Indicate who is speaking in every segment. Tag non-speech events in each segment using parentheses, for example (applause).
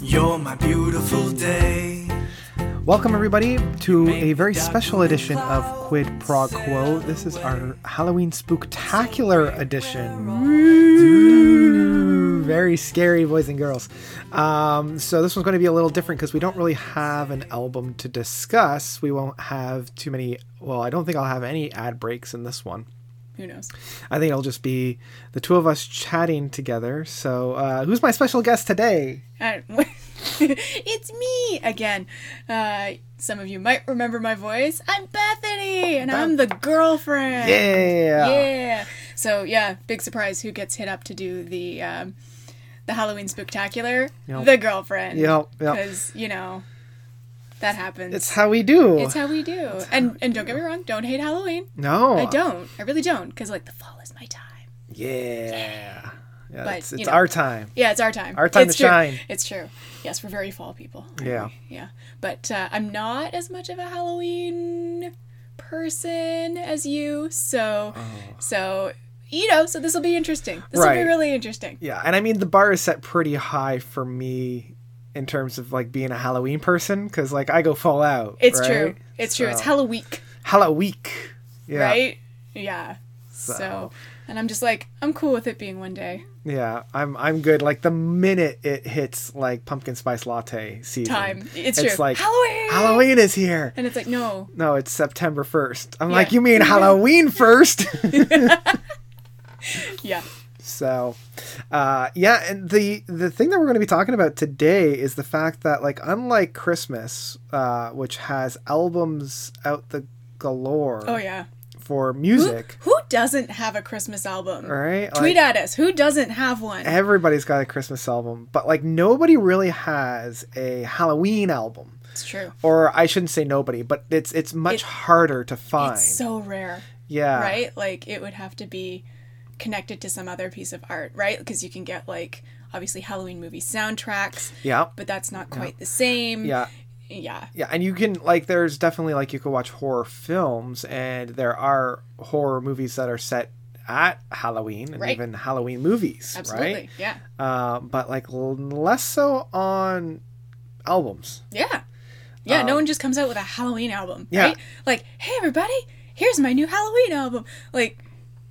Speaker 1: You're my beautiful day.
Speaker 2: Welcome, everybody, to a very special edition of Quid Pro Quo. This is our Halloween Spooktacular edition. Very scary, boys and girls. Um, so, this one's going to be a little different because we don't really have an album to discuss. We won't have too many. Well, I don't think I'll have any ad breaks in this one.
Speaker 3: Who knows?
Speaker 2: I think it'll just be the two of us chatting together. So, uh, who's my special guest today?
Speaker 3: I, (laughs) it's me again. Uh, some of you might remember my voice. I'm Bethany, and I'm the girlfriend.
Speaker 2: Yeah.
Speaker 3: Yeah. So yeah, big surprise. Who gets hit up to do the um, the Halloween spectacular?
Speaker 2: Yep.
Speaker 3: The girlfriend.
Speaker 2: Yep, yep.
Speaker 3: Because you know that happens.
Speaker 2: It's how we do.
Speaker 3: It's how we do. And and don't get me wrong. Don't hate Halloween.
Speaker 2: no.
Speaker 3: I don't. I really don't. Because like the fall is my time.
Speaker 2: Yeah. Yeah, it's
Speaker 3: you
Speaker 2: it's
Speaker 3: know.
Speaker 2: our time.
Speaker 3: Yeah, it's our time.
Speaker 2: Our time
Speaker 3: it's
Speaker 2: to
Speaker 3: true.
Speaker 2: shine.
Speaker 3: It's true. Yes, we're very fall people. aren't
Speaker 2: Yeah.
Speaker 3: we? Yeah. But uh, I'm not as much of a Halloween person as you, so so you know, so this will be interesting. This will
Speaker 2: Oh. Right.
Speaker 3: be really interesting.
Speaker 2: Yeah, and I mean the bar is set pretty high for me in terms of like being a Halloween person because like I go fall out.
Speaker 3: It's
Speaker 2: right?
Speaker 3: true. It's true. It's
Speaker 2: So-
Speaker 3: Halloween,
Speaker 2: Halloween. Yeah.
Speaker 3: right? Yeah. So.
Speaker 2: So.
Speaker 3: and I'm just like, I'm cool with it being one day.
Speaker 2: Yeah, I'm I'm good. Like the minute it hits like pumpkin spice latte season,
Speaker 3: Time. It's
Speaker 2: it's
Speaker 3: true.
Speaker 2: like
Speaker 3: Halloween!
Speaker 2: Halloween is here.
Speaker 3: And it's like, no,
Speaker 2: No, it's September first. I'm
Speaker 3: Yeah.
Speaker 2: like, you mean Halloween
Speaker 3: (laughs)
Speaker 2: first?
Speaker 3: yeah,
Speaker 2: So, uh, yeah, and the the thing that we're going to be talking about today is the fact that, like, unlike Christmas, uh, which has albums out the galore
Speaker 3: oh yeah.
Speaker 2: for
Speaker 3: Who,
Speaker 2: music,
Speaker 3: who doesn't have a Christmas album?
Speaker 2: right?
Speaker 3: Tweet
Speaker 2: Like, Eh,
Speaker 3: at us. Who doesn't have one?
Speaker 2: everybody's got a Christmas album, but like nobody really has a Halloween album.
Speaker 3: It's true.
Speaker 2: Or I shouldn't say nobody, but it's it's much
Speaker 3: It-
Speaker 2: harder to find.
Speaker 3: It's so rare,
Speaker 2: yeah,
Speaker 3: right? Like it would have to be connected to some other piece of art, right? Because you can get like obviously Halloween movie soundtracks,
Speaker 2: Yeah,
Speaker 3: but that's not quite the same.
Speaker 2: yeah.
Speaker 3: Yeah.
Speaker 2: yeah and you can like there's definitely like you could watch horror films and there are horror movies that are set at halloween and
Speaker 3: Right.
Speaker 2: even halloween movies
Speaker 3: Absolutely.
Speaker 2: right
Speaker 3: Yeah.
Speaker 2: uh, but like l- less so on albums
Speaker 3: Yeah. Yeah, no one just comes out with a Halloween album,
Speaker 2: Um, Yeah.
Speaker 3: right? Like, hey everybody, here's my new Halloween album. Like,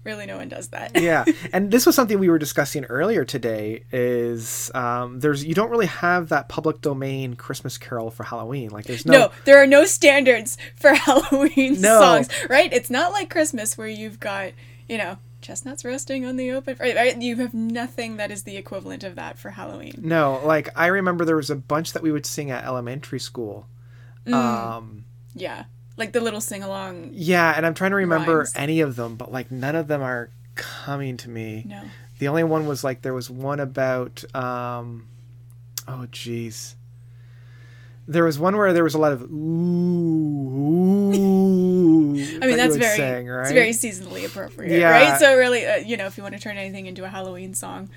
Speaker 3: really no one does that. (laughs)
Speaker 2: yeah and this was something we were discussing earlier today is um, there's you don't really have that public domain christmas carol for halloween like there's
Speaker 3: No,
Speaker 2: no,
Speaker 3: there are no standards for (laughs) Halloween
Speaker 2: No.
Speaker 3: songs, right? It's not like Christmas where you've got, you know, chestnuts roasting on the open. Right, right? You have nothing that is the equivalent of that for Halloween.
Speaker 2: no like i remember there was a bunch that we would sing at elementary school
Speaker 3: Mm.
Speaker 2: um
Speaker 3: Yeah, like the little sing along.
Speaker 2: Yeah, and I'm trying to remember
Speaker 3: Rhymes.
Speaker 2: any of them, but like none of them are coming to me.
Speaker 3: No,
Speaker 2: The only one was like there was one about um oh jeez. There was one where there was a lot of ooh, ooh.
Speaker 3: (laughs) I mean that's very
Speaker 2: saying, right?
Speaker 3: it's very seasonally appropriate,
Speaker 2: Yeah.
Speaker 3: right? So really, uh, you know, if you want to turn anything into a Halloween song,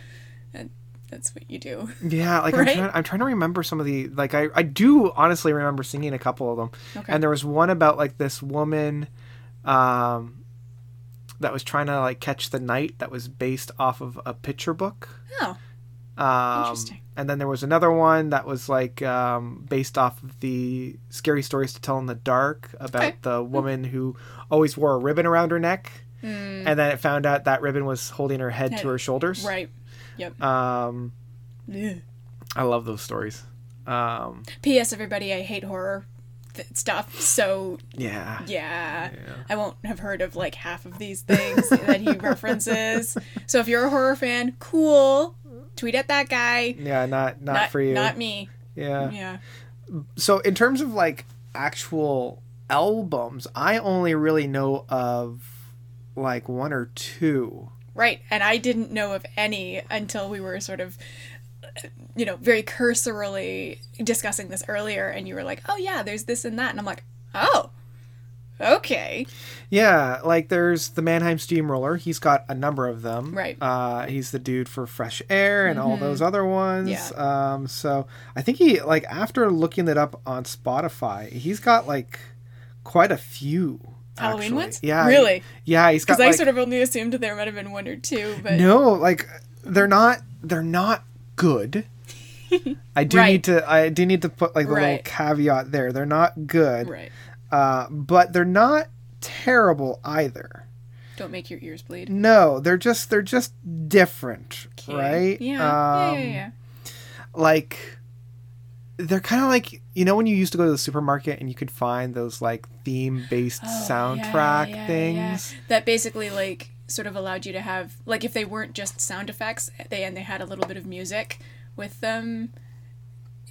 Speaker 3: that, that's what you do.
Speaker 2: Yeah, like
Speaker 3: Right?
Speaker 2: I'm, trying, I'm trying to remember some of the like I I do honestly remember singing a couple of them,
Speaker 3: Okay.
Speaker 2: and there was one about like this woman, um, that was trying to like catch the night that was based off of a picture book.
Speaker 3: Oh,
Speaker 2: Um,
Speaker 3: Interesting.
Speaker 2: And then there was another one that was like um, based off of the scary stories to tell in the dark about
Speaker 3: Okay. Hmm.
Speaker 2: the woman who always wore a ribbon around her neck, and then it found out that ribbon was holding her head to her shoulders.
Speaker 3: Hmm. right. Yep.
Speaker 2: Um,
Speaker 3: Ugh.
Speaker 2: I love those stories. Um,
Speaker 3: P.S. Everybody, I hate horror th- stuff. So
Speaker 2: yeah.
Speaker 3: Yeah. I won't have heard of like half of these things
Speaker 2: (laughs)
Speaker 3: that he references. So if you're a horror fan, cool. Tweet at that guy.
Speaker 2: Yeah, not, not for you.
Speaker 3: Not me.
Speaker 2: yeah.
Speaker 3: Yeah.
Speaker 2: So in terms of like actual albums, I only really know of like one or two.
Speaker 3: Right. And I didn't know of any until we were sort of you know, very cursorily discussing this earlier and you were like, "Oh yeah, there's this and that." And I'm like, "Oh. Okay.
Speaker 2: Yeah, like there's the Mannheim Steamroller. He's got a number of them.
Speaker 3: Right. Mm-hmm.
Speaker 2: Uh, he's the dude for Fresh Air and all those other ones.
Speaker 3: Yeah.
Speaker 2: Um, so I think he like after looking it up on Spotify, he's got like quite a few.
Speaker 3: Halloween
Speaker 2: actually.
Speaker 3: ones?
Speaker 2: Yeah.
Speaker 3: Really?
Speaker 2: Yeah, he's got
Speaker 3: Because I
Speaker 2: like,
Speaker 3: sort of only assumed that there might have been one or two, but
Speaker 2: no, like they're not they're not
Speaker 3: (laughs)
Speaker 2: good. I do
Speaker 3: Right.
Speaker 2: need to I do need to put like the little
Speaker 3: Right.
Speaker 2: caveat there. They're not good,
Speaker 3: right.
Speaker 2: uh, but they're not terrible either.
Speaker 3: Don't make your ears bleed.
Speaker 2: No, they're just they're just different,
Speaker 3: Okay.
Speaker 2: right?
Speaker 3: Yeah.
Speaker 2: Um,
Speaker 3: yeah. Yeah. Yeah.
Speaker 2: like they're kind of like you know when you used to go to the supermarket and you could find those like theme based
Speaker 3: Oh,
Speaker 2: soundtrack
Speaker 3: yeah, yeah,
Speaker 2: things
Speaker 3: yeah. that basically like sort of allowed you to have like if they weren't just sound effects they and they had a little bit of music with them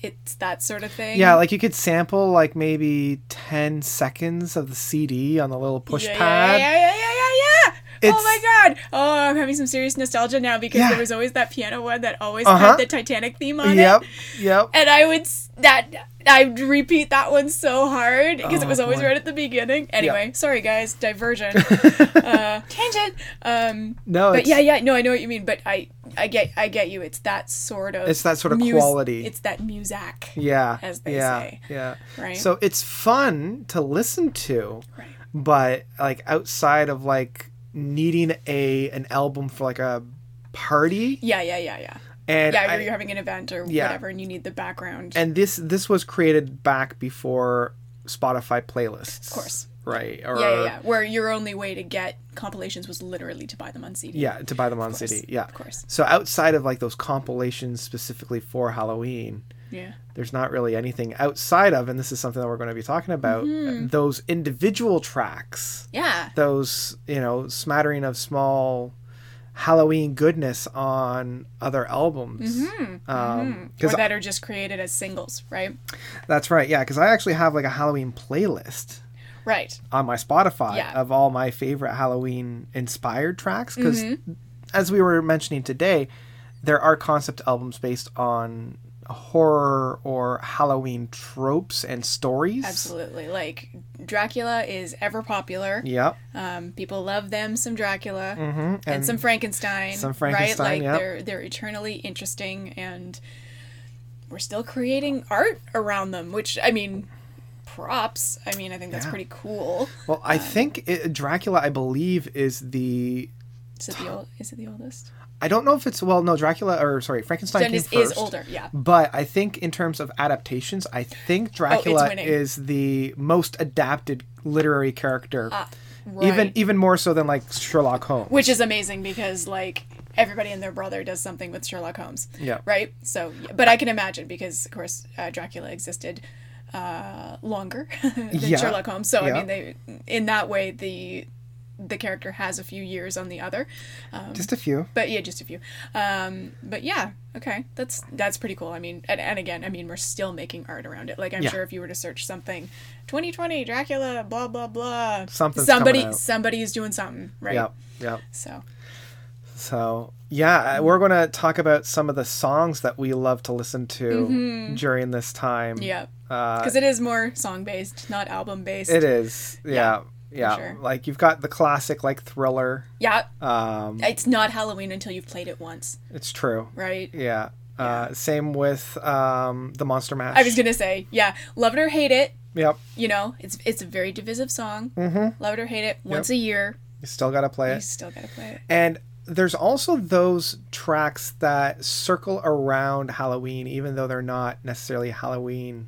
Speaker 3: it's that sort of
Speaker 2: yeah.
Speaker 3: thing
Speaker 2: like you could sample like maybe 10 seconds of the cd on the little push
Speaker 3: yeah,
Speaker 2: pad
Speaker 3: yeah yeah yeah yeah yeah oh
Speaker 2: It's-
Speaker 3: my god oh i'm having some serious nostalgia now because
Speaker 2: Yeah.
Speaker 3: there was always that piano one that always
Speaker 2: Uh-huh.
Speaker 3: had the titanic theme on it
Speaker 2: yep yep
Speaker 3: and I would s- that I'd repeat that one so hard because
Speaker 2: Oh,
Speaker 3: it was always
Speaker 2: boy.
Speaker 3: right at the beginning. Anyway, sorry guys,
Speaker 2: (laughs)
Speaker 3: diversion, uh, tangent. Um,
Speaker 2: No,
Speaker 3: but
Speaker 2: Oh, it's-
Speaker 3: yeah, yeah, no, I know what you mean, but I, I get, I get you. It's that sort of,
Speaker 2: It's that sort of
Speaker 3: mus-
Speaker 2: quality.
Speaker 3: It's that muzak,
Speaker 2: yeah
Speaker 3: as they
Speaker 2: yeah
Speaker 3: say,
Speaker 2: yeah
Speaker 3: right?
Speaker 2: so it's fun to listen to
Speaker 3: Right.
Speaker 2: but like outside of like needing a an album for like a party
Speaker 3: yeah, yeah, yeah, yeah,
Speaker 2: and
Speaker 3: yeah.
Speaker 2: I-
Speaker 3: where you're having an event or
Speaker 2: Yeah.
Speaker 3: whatever, and you need the background.
Speaker 2: and this this was created back before Spotify playlists, of
Speaker 3: course.
Speaker 2: right? Or,
Speaker 3: yeah, yeah, yeah. Where your only way to get compilations was literally to buy them on CD.
Speaker 2: yeah, to buy them on
Speaker 3: course.
Speaker 2: CD, yeah.
Speaker 3: Of course.
Speaker 2: So outside of like those compilations specifically for Halloween,
Speaker 3: Yeah.
Speaker 2: there's not really anything outside of, and this is something that we're going to be talking about
Speaker 3: Mm-hmm.
Speaker 2: those individual tracks,
Speaker 3: Yeah.
Speaker 2: those you know smattering of small Halloween goodness on other albums. Um,
Speaker 3: Or
Speaker 2: 'cause
Speaker 3: that are just created as singles, right?
Speaker 2: that's right, yeah. Because I actually have like a Halloween playlist.
Speaker 3: Right.
Speaker 2: on my Spotify
Speaker 3: Yeah.
Speaker 2: of all my favorite Halloween inspired tracks because as we were mentioning today, there are concept albums based on horror or Halloween tropes and stories.
Speaker 3: Absolutely. Like Dracula is ever popular.
Speaker 2: Yep.
Speaker 3: Um, people love them some Dracula
Speaker 2: hmm
Speaker 3: and, some Frankenstein.
Speaker 2: some Frankenstein,
Speaker 3: Right? Like
Speaker 2: yep.
Speaker 3: they're they're eternally interesting and we're still creating art around them, which I mean props. I mean I think that's
Speaker 2: Yeah.
Speaker 3: pretty cool.
Speaker 2: well, I think it, Dracula, I believe, is the.
Speaker 3: Is it the old, is it the oldest?
Speaker 2: I don't know if it's well, no, Dracula or sorry, Frankenstein
Speaker 3: Dennis
Speaker 2: came
Speaker 3: is
Speaker 2: first.
Speaker 3: older, yeah.
Speaker 2: But I think in terms of adaptations, I think Dracula
Speaker 3: Oh, winning.
Speaker 2: is the most adapted literary character.
Speaker 3: Ah, Right.
Speaker 2: Even even more so than like Sherlock Holmes.
Speaker 3: which is amazing because like everybody and their brother does something with Sherlock Holmes.
Speaker 2: Yeah.
Speaker 3: Right. So, yeah, but I can imagine because of course uh, Dracula existed uh, longer (laughs) than
Speaker 2: Yeah.
Speaker 3: Sherlock Holmes. So
Speaker 2: Yeah.
Speaker 3: I mean, they in that way the the character has a few years on the other. Um,
Speaker 2: Just a few.
Speaker 3: but yeah, just a few. Um, but yeah, okay, that's that's pretty cool. I mean, and, and again, I mean, we're still making art around it. Like I'm
Speaker 2: Yeah.
Speaker 3: sure if you were to search something, 2020 Dracula, blah blah blah,
Speaker 2: Something's coming
Speaker 3: somebody
Speaker 2: out.
Speaker 3: somebody is doing something, right?
Speaker 2: Yep. Yep.
Speaker 3: So
Speaker 2: So yeah, we're gonna talk about some of the songs that we love to listen to during this time.
Speaker 3: Mm-hmm. yeah,
Speaker 2: Uh,
Speaker 3: because it is more song based, not album based.
Speaker 2: it is. Yeah. Yeah.
Speaker 3: sure.
Speaker 2: Like you've got the classic like thriller.
Speaker 3: Yeah,
Speaker 2: Um,
Speaker 3: it's not Halloween until you've played it once,
Speaker 2: it's true.
Speaker 3: right?
Speaker 2: Yeah. Uh, same with um, the Monster Mash.
Speaker 3: I was gonna say, yeah, love it or hate it,
Speaker 2: Yep.
Speaker 3: you know, it's it's a very divisive song. Mm-hmm. Love it or hate it, once a year,
Speaker 2: You still gotta play
Speaker 3: you
Speaker 2: it.
Speaker 3: still gotta play it.
Speaker 2: And there's also those tracks that circle around Halloween, even though they're not necessarily Halloween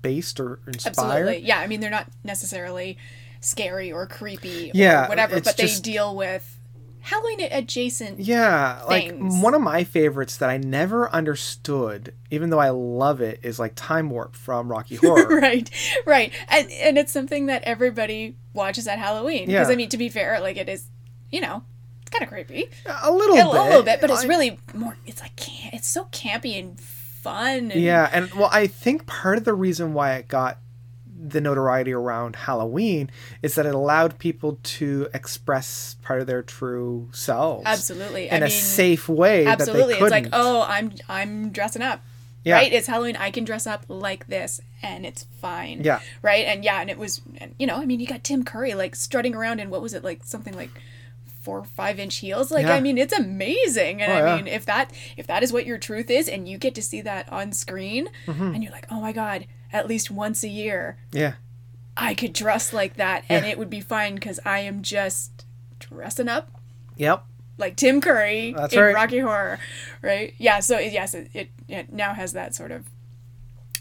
Speaker 2: based or inspired.
Speaker 3: Absolutely, yeah. I mean, they're not necessarily scary or creepy, or
Speaker 2: Yeah,
Speaker 3: whatever,
Speaker 2: it's
Speaker 3: but they
Speaker 2: just-
Speaker 3: deal with Halloween adjacent.
Speaker 2: Yeah,
Speaker 3: things.
Speaker 2: like one of my favorites that I never understood, even though I love it, is like Time Warp from
Speaker 3: (laughs)
Speaker 2: Rocky Horror.
Speaker 3: (laughs) right right and and it's something that everybody watches at halloween because
Speaker 2: Yeah.
Speaker 3: i mean to be fair like it is you know it's kind of creepy
Speaker 2: A little
Speaker 3: a,
Speaker 2: bit,
Speaker 3: a little bit but it's
Speaker 2: I-
Speaker 3: really more it's like ca- it's so campy and fun and
Speaker 2: yeah. And well, I think part of the reason why it got the notoriety around Halloween is that it allowed people to express part of their true selves
Speaker 3: absolutely
Speaker 2: in
Speaker 3: i
Speaker 2: a
Speaker 3: mean
Speaker 2: safe way.
Speaker 3: absolutely
Speaker 2: that they
Speaker 3: it's
Speaker 2: couldn't.
Speaker 3: like oh i'm i'm dressing up
Speaker 2: Yeah.
Speaker 3: right it's halloween i can dress up like this and it's fine
Speaker 2: Yeah.
Speaker 3: right and yeah and it was and, you know i mean you got tim curry like strutting around in what was it like something like four or five inch heels like
Speaker 2: Yeah.
Speaker 3: i mean it's amazing and
Speaker 2: Oh,
Speaker 3: i
Speaker 2: yeah.
Speaker 3: mean if that if that is what your truth is and you
Speaker 2: Mm-hmm.
Speaker 3: get to see that on screen and you're like oh my god at least once a year
Speaker 2: yeah,
Speaker 3: I could dress like that and it would be fine because I am just dressing up
Speaker 2: Yep. (laughs)
Speaker 3: like Tim Curry
Speaker 2: That's
Speaker 3: in
Speaker 2: right.
Speaker 3: Rocky Horror, right? Yeah. So it, yes, it, it, it now has that sort of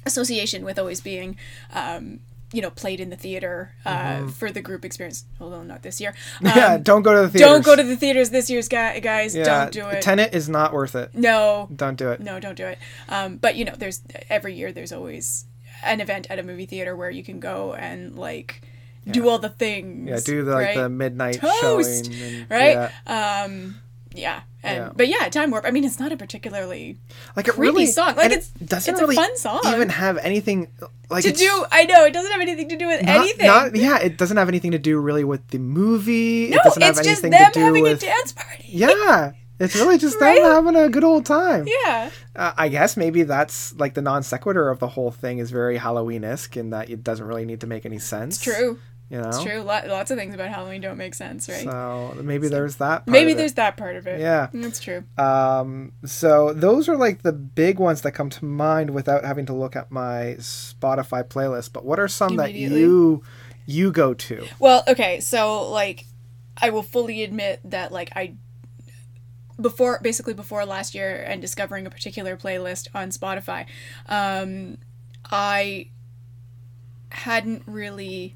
Speaker 3: association with always being, um, you know, played in the theater uh, for the group experience. Although not this year. Um,
Speaker 2: Mm-hmm. (laughs) yeah. Don't go to the theaters.
Speaker 3: Don't go to the theaters this year's guy, guys. don't do it.
Speaker 2: Tenant is not worth it.
Speaker 3: no,
Speaker 2: Don't do it.
Speaker 3: no, don't do it. Um, but you know, there's every year there's always an event at a movie theater where you can go and like do all the things.
Speaker 2: Yeah. Do the, like
Speaker 3: right?
Speaker 2: the midnight
Speaker 3: Toast,
Speaker 2: showing. and-
Speaker 3: right?
Speaker 2: yeah.
Speaker 3: Um, yeah. And,
Speaker 2: Yeah.
Speaker 3: But yeah, Time Warp. I mean, it's not a particularly
Speaker 2: Like it
Speaker 3: creepy
Speaker 2: really
Speaker 3: song.
Speaker 2: and
Speaker 3: Like,
Speaker 2: it
Speaker 3: it's-
Speaker 2: doesn't
Speaker 3: it's a
Speaker 2: really
Speaker 3: fun song.
Speaker 2: even have anything like
Speaker 3: to
Speaker 2: it's
Speaker 3: do. I know it doesn't have anything to do with
Speaker 2: not-
Speaker 3: anything.
Speaker 2: Not, yeah, it doesn't have anything to do really with the movie.
Speaker 3: no,
Speaker 2: it doesn't
Speaker 3: it's
Speaker 2: have
Speaker 3: just
Speaker 2: anything
Speaker 3: them
Speaker 2: to do
Speaker 3: having
Speaker 2: with
Speaker 3: a dance party.
Speaker 2: yeah. It's really just
Speaker 3: Right?
Speaker 2: them having a good old time.
Speaker 3: Yeah.
Speaker 2: Uh, I guess maybe that's like the non sequitur of the whole thing is very Halloween esque in that it doesn't really need to make any sense.
Speaker 3: True.
Speaker 2: You know?
Speaker 3: It's true. Lot, lots of things about Halloween don't make sense, right?
Speaker 2: So maybe there's that. Part
Speaker 3: Maybe
Speaker 2: of it.
Speaker 3: there's that part of it.
Speaker 2: Yeah.
Speaker 3: That's true.
Speaker 2: Um, so those are like the big ones that come to mind without having to look at my Spotify playlist. But what are some that
Speaker 3: Immediately.
Speaker 2: you you go to?
Speaker 3: Well, okay, so like I will fully admit that like I before basically before last year and discovering a particular playlist on Spotify, um I hadn't really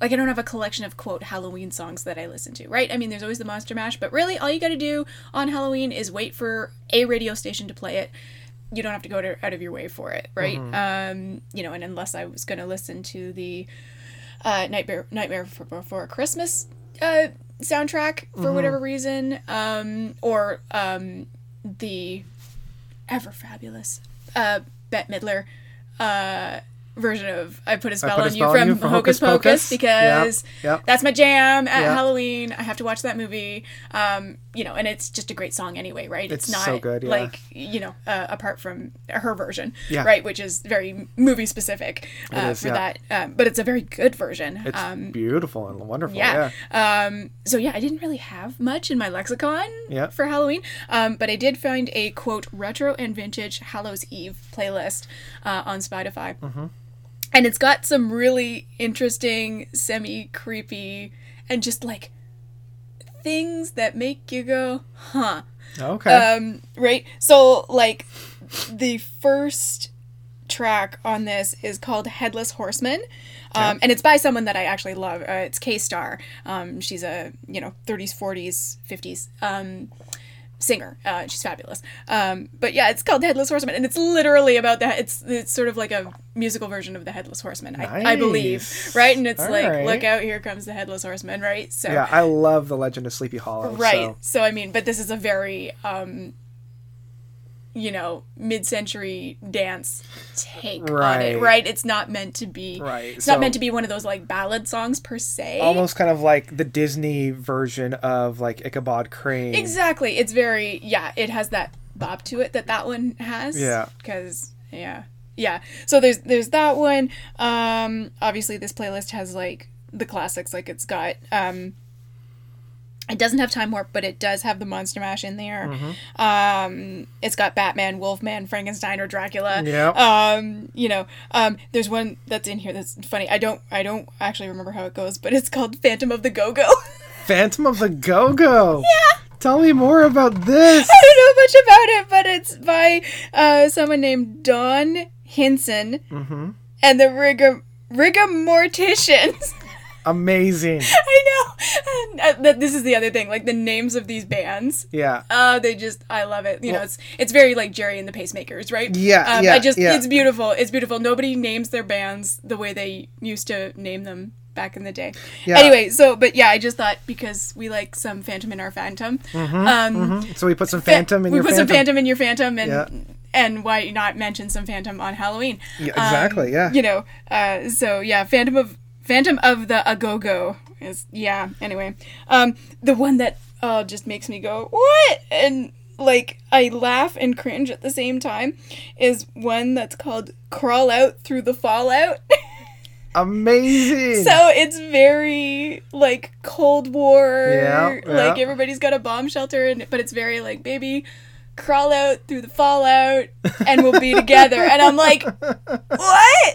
Speaker 3: like I don't have a collection of quote Halloween songs that I listen to, right? I mean, there's always the Monster Mash, but really all you got to do on Halloween is wait for a radio station to play it. You don't have to go to, out of your way for it, right?
Speaker 2: Mm-hmm.
Speaker 3: Um, you know, and unless I was going to listen to the uh, Nightmare Nightmare Before- Before Christmas uh, soundtrack for
Speaker 2: Mm-hmm.
Speaker 3: whatever reason, um, or um, the ever fabulous uh, Bette Midler uh, version of "I Put a Spell
Speaker 2: Put a
Speaker 3: on
Speaker 2: Spell
Speaker 3: You"
Speaker 2: on
Speaker 3: from
Speaker 2: You from Hocus
Speaker 3: Hocus Pocus,
Speaker 2: Pocus.
Speaker 3: because
Speaker 2: Yep, yep.
Speaker 3: that's my jam at
Speaker 2: Yep.
Speaker 3: Halloween. I have to watch that movie, um, you know, and it's just a great song anyway, right? It's,
Speaker 2: It's
Speaker 3: not
Speaker 2: so good, yeah.
Speaker 3: like you know, uh, apart from her version,
Speaker 2: Yeah.
Speaker 3: right, which is very movie specific uh,
Speaker 2: is,
Speaker 3: for
Speaker 2: yeah.
Speaker 3: that, um, but it's a very good version.
Speaker 2: It's
Speaker 3: um,
Speaker 2: beautiful and wonderful.
Speaker 3: yeah.
Speaker 2: Yeah.
Speaker 3: Um, so yeah, I didn't really have much in my lexicon
Speaker 2: Yeah.
Speaker 3: for Halloween, um, but I did find a quote retro and vintage Hallows Eve playlist uh, on Spotify,
Speaker 2: Mm-hmm.
Speaker 3: and it's got some really interesting, semi creepy, and just like things that make you go, huh?
Speaker 2: Okay.
Speaker 3: um right so like the first track on this is called headless horseman um, and it's by someone that i actually love uh, it's k-star um, she's a you know 30s 40s 50s um, singer uh, she's fabulous um, but yeah it's called headless horseman and it's literally about that it's it's sort of like a musical version of the headless horseman I, I believe
Speaker 2: Nice.
Speaker 3: right and it's
Speaker 2: All
Speaker 3: like
Speaker 2: right.
Speaker 3: look out here comes the headless horseman right so
Speaker 2: yeah, I love the Legend of Sleepy Hollow.
Speaker 3: right
Speaker 2: So.
Speaker 3: so. i mean but this is a very um you know mid-century dance take on it
Speaker 2: Right.
Speaker 3: right it's not meant to be
Speaker 2: Right,
Speaker 3: it's not meant
Speaker 2: so- Oh,
Speaker 3: to be one of those like ballad songs per se
Speaker 2: Almost kind of like the Disney version of like Ichabod Crane.
Speaker 3: exactly it's very yeah it has that bop to it that that one has
Speaker 2: Yeah.
Speaker 3: because yeah yeah so there's there's that one um obviously this playlist has like the classics like it's got um it doesn't have time warp but it does have the monster mash in there
Speaker 2: Mm-hmm.
Speaker 3: um it's got batman wolfman frankenstein or dracula
Speaker 2: Yeah.
Speaker 3: um you know um there's one that's in here that's funny i don't i don't actually remember how it goes but it's called phantom of the go-go (laughs)
Speaker 2: Phantom of the Go Go. Yeah. Tell me more about this.
Speaker 3: (laughs) I don't know much about it, but it's by uh, someone named Don Hinson
Speaker 2: Mm-hmm.
Speaker 3: and the rigor rigor morticians.
Speaker 2: Amazing.
Speaker 3: (laughs) I know. And, uh, th- this is the other thing, like the names of these bands.
Speaker 2: Yeah.
Speaker 3: Uh, they just, I love it. You know, it's it's very like Jerry and the Pacemakers, right?
Speaker 2: Yeah,
Speaker 3: um,
Speaker 2: yeah,
Speaker 3: I just,
Speaker 2: yeah.
Speaker 3: it's beautiful. It's beautiful. Nobody names their bands the way they used to name them back in the day.
Speaker 2: Yeah.
Speaker 3: Anyway, so but yeah, I just thought because we like some Phantom in our Phantom,
Speaker 2: Mm-hmm,
Speaker 3: um,
Speaker 2: So we put some Phantom in
Speaker 3: we
Speaker 2: your
Speaker 3: put
Speaker 2: Phantom.
Speaker 3: some phantom in your phantom and
Speaker 2: Yeah.
Speaker 3: and why not mention some phantom on halloween
Speaker 2: Yeah,
Speaker 3: Um,
Speaker 2: exactly, yeah.
Speaker 3: you know uh, so yeah phantom of phantom of the agogo is yeah anyway um the one that uh just makes me go what and like i laugh and cringe at the same time is one that's called crawl out through the fallout
Speaker 2: Amazing.
Speaker 3: so it's very like Cold War.
Speaker 2: Yeah, yeah.
Speaker 3: Like everybody's got a bomb shelter, and but it's very like baby,
Speaker 2: (laughs)
Speaker 3: crawl out through the fallout, and we'll be together. And I'm like, what?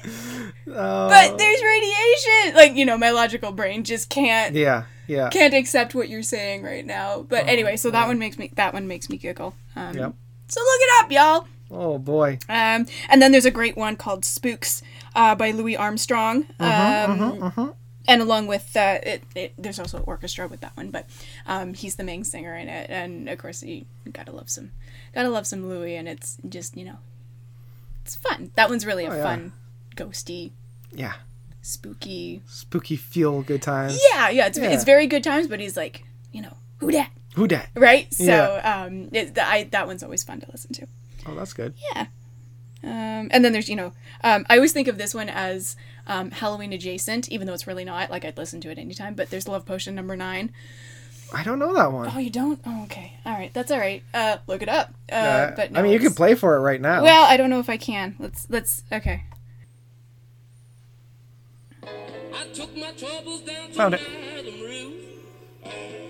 Speaker 2: Oh.
Speaker 3: but there's radiation. Like, you know, my logical brain just can't
Speaker 2: Yeah, yeah.
Speaker 3: can't accept what you're saying right now. But anyway, so that one makes me that one makes me giggle. Um,
Speaker 2: Yep.
Speaker 3: So look it up, y'all.
Speaker 2: Oh boy.
Speaker 3: Um, and then there's a great one called Spooks uh, by Louis Armstrong.
Speaker 2: Mm-hmm,
Speaker 3: um, And along with uh, it, it, there's also orchestra with that one, but um, he's the main singer in it, and of course you gotta love some, gotta love some Louis, and it's just you know, it's fun. That one's really a
Speaker 2: Oh, yeah.
Speaker 3: fun, ghosty,
Speaker 2: Yeah.
Speaker 3: spooky.
Speaker 2: Spooky feel good times.
Speaker 3: Yeah, yeah, it's
Speaker 2: Yeah.
Speaker 3: it's very good times, but he's like you know who dat,
Speaker 2: Who dat?
Speaker 3: right? So
Speaker 2: Yeah.
Speaker 3: um, it, I, that one's always fun to listen to.
Speaker 2: Oh, that's good.
Speaker 3: Yeah. Um, and then there's, you know, um, I always think of this one as um, Halloween adjacent, even though it's really not. Like, I'd listen to it anytime, but there's Love Potion number nine.
Speaker 2: I don't know that one.
Speaker 3: Oh, you don't? Oh, okay. All right. That's all right. Uh, look it up. Uh,
Speaker 2: Uh,
Speaker 3: but no,
Speaker 2: I mean, you
Speaker 3: it's-
Speaker 2: can play for it right now.
Speaker 3: Well, I don't know if I can. Let's, let's, okay.
Speaker 4: I took my troubles down to
Speaker 2: Found
Speaker 4: Found
Speaker 2: it.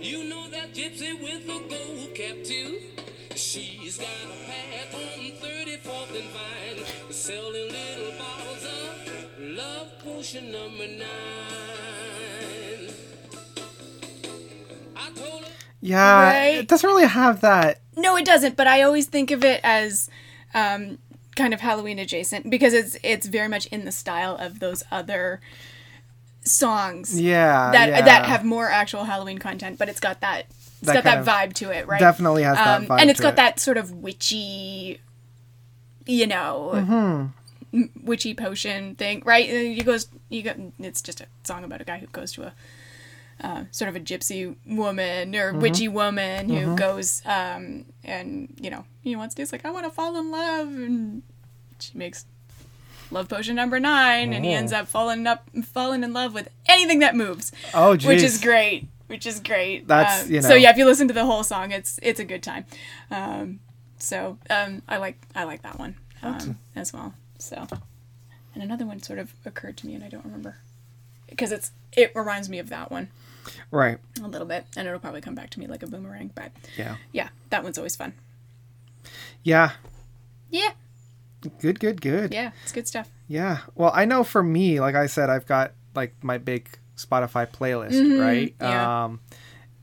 Speaker 4: You know that gypsy with the gold cap too. She's got a path on 34th and Vine, selling little bottles of love potion number nine. I told her.
Speaker 2: yeah, it
Speaker 3: Right.
Speaker 2: doesn't really have that.
Speaker 3: No, it doesn't, but I always think of it as um, kind of Halloween adjacent because it's, it's very much in the style of those other songs.
Speaker 2: Yeah,
Speaker 3: that
Speaker 2: yeah.
Speaker 3: that have more actual Halloween content, but it's got that it's
Speaker 2: That
Speaker 3: got
Speaker 2: kind
Speaker 3: that vibe to it, right? Um,
Speaker 2: definitely has that vibe
Speaker 3: and it's
Speaker 2: to
Speaker 3: got
Speaker 2: it.
Speaker 3: that sort of witchy, you know,
Speaker 2: Mm-hmm.
Speaker 3: m- witchy potion thing, right? And You goes, you go. It's just a song about a guy who goes to a uh, sort of a gypsy woman
Speaker 2: Mm-hmm.
Speaker 3: or witchy woman who goes um, and you know he wants to. He's like, I want to fall in love, and she makes love potion number nine, and he ends up falling up falling in love with anything that moves.
Speaker 2: Oh,
Speaker 3: (laughs) which is
Speaker 2: jeez.
Speaker 3: great. Which is great.
Speaker 2: That's,
Speaker 3: Um,
Speaker 2: you know.
Speaker 3: So yeah, if you listen to the whole song, it's it's a good time. Um, so um, I like I like that one um, as well. So and another one sort of occurred to me, and I don't remember because it's it reminds me of that one
Speaker 2: Right.
Speaker 3: a little bit, and it'll probably come back to me like a boomerang. But
Speaker 2: Yeah.
Speaker 3: yeah, that one's always fun.
Speaker 2: Yeah.
Speaker 3: Yeah,
Speaker 2: Good. Good. Good.
Speaker 3: yeah, it's good stuff.
Speaker 2: Yeah. Well, I know for me, like I said, I've got like my big Spotify playlist, right?
Speaker 3: Mm-hmm. yeah.
Speaker 2: Um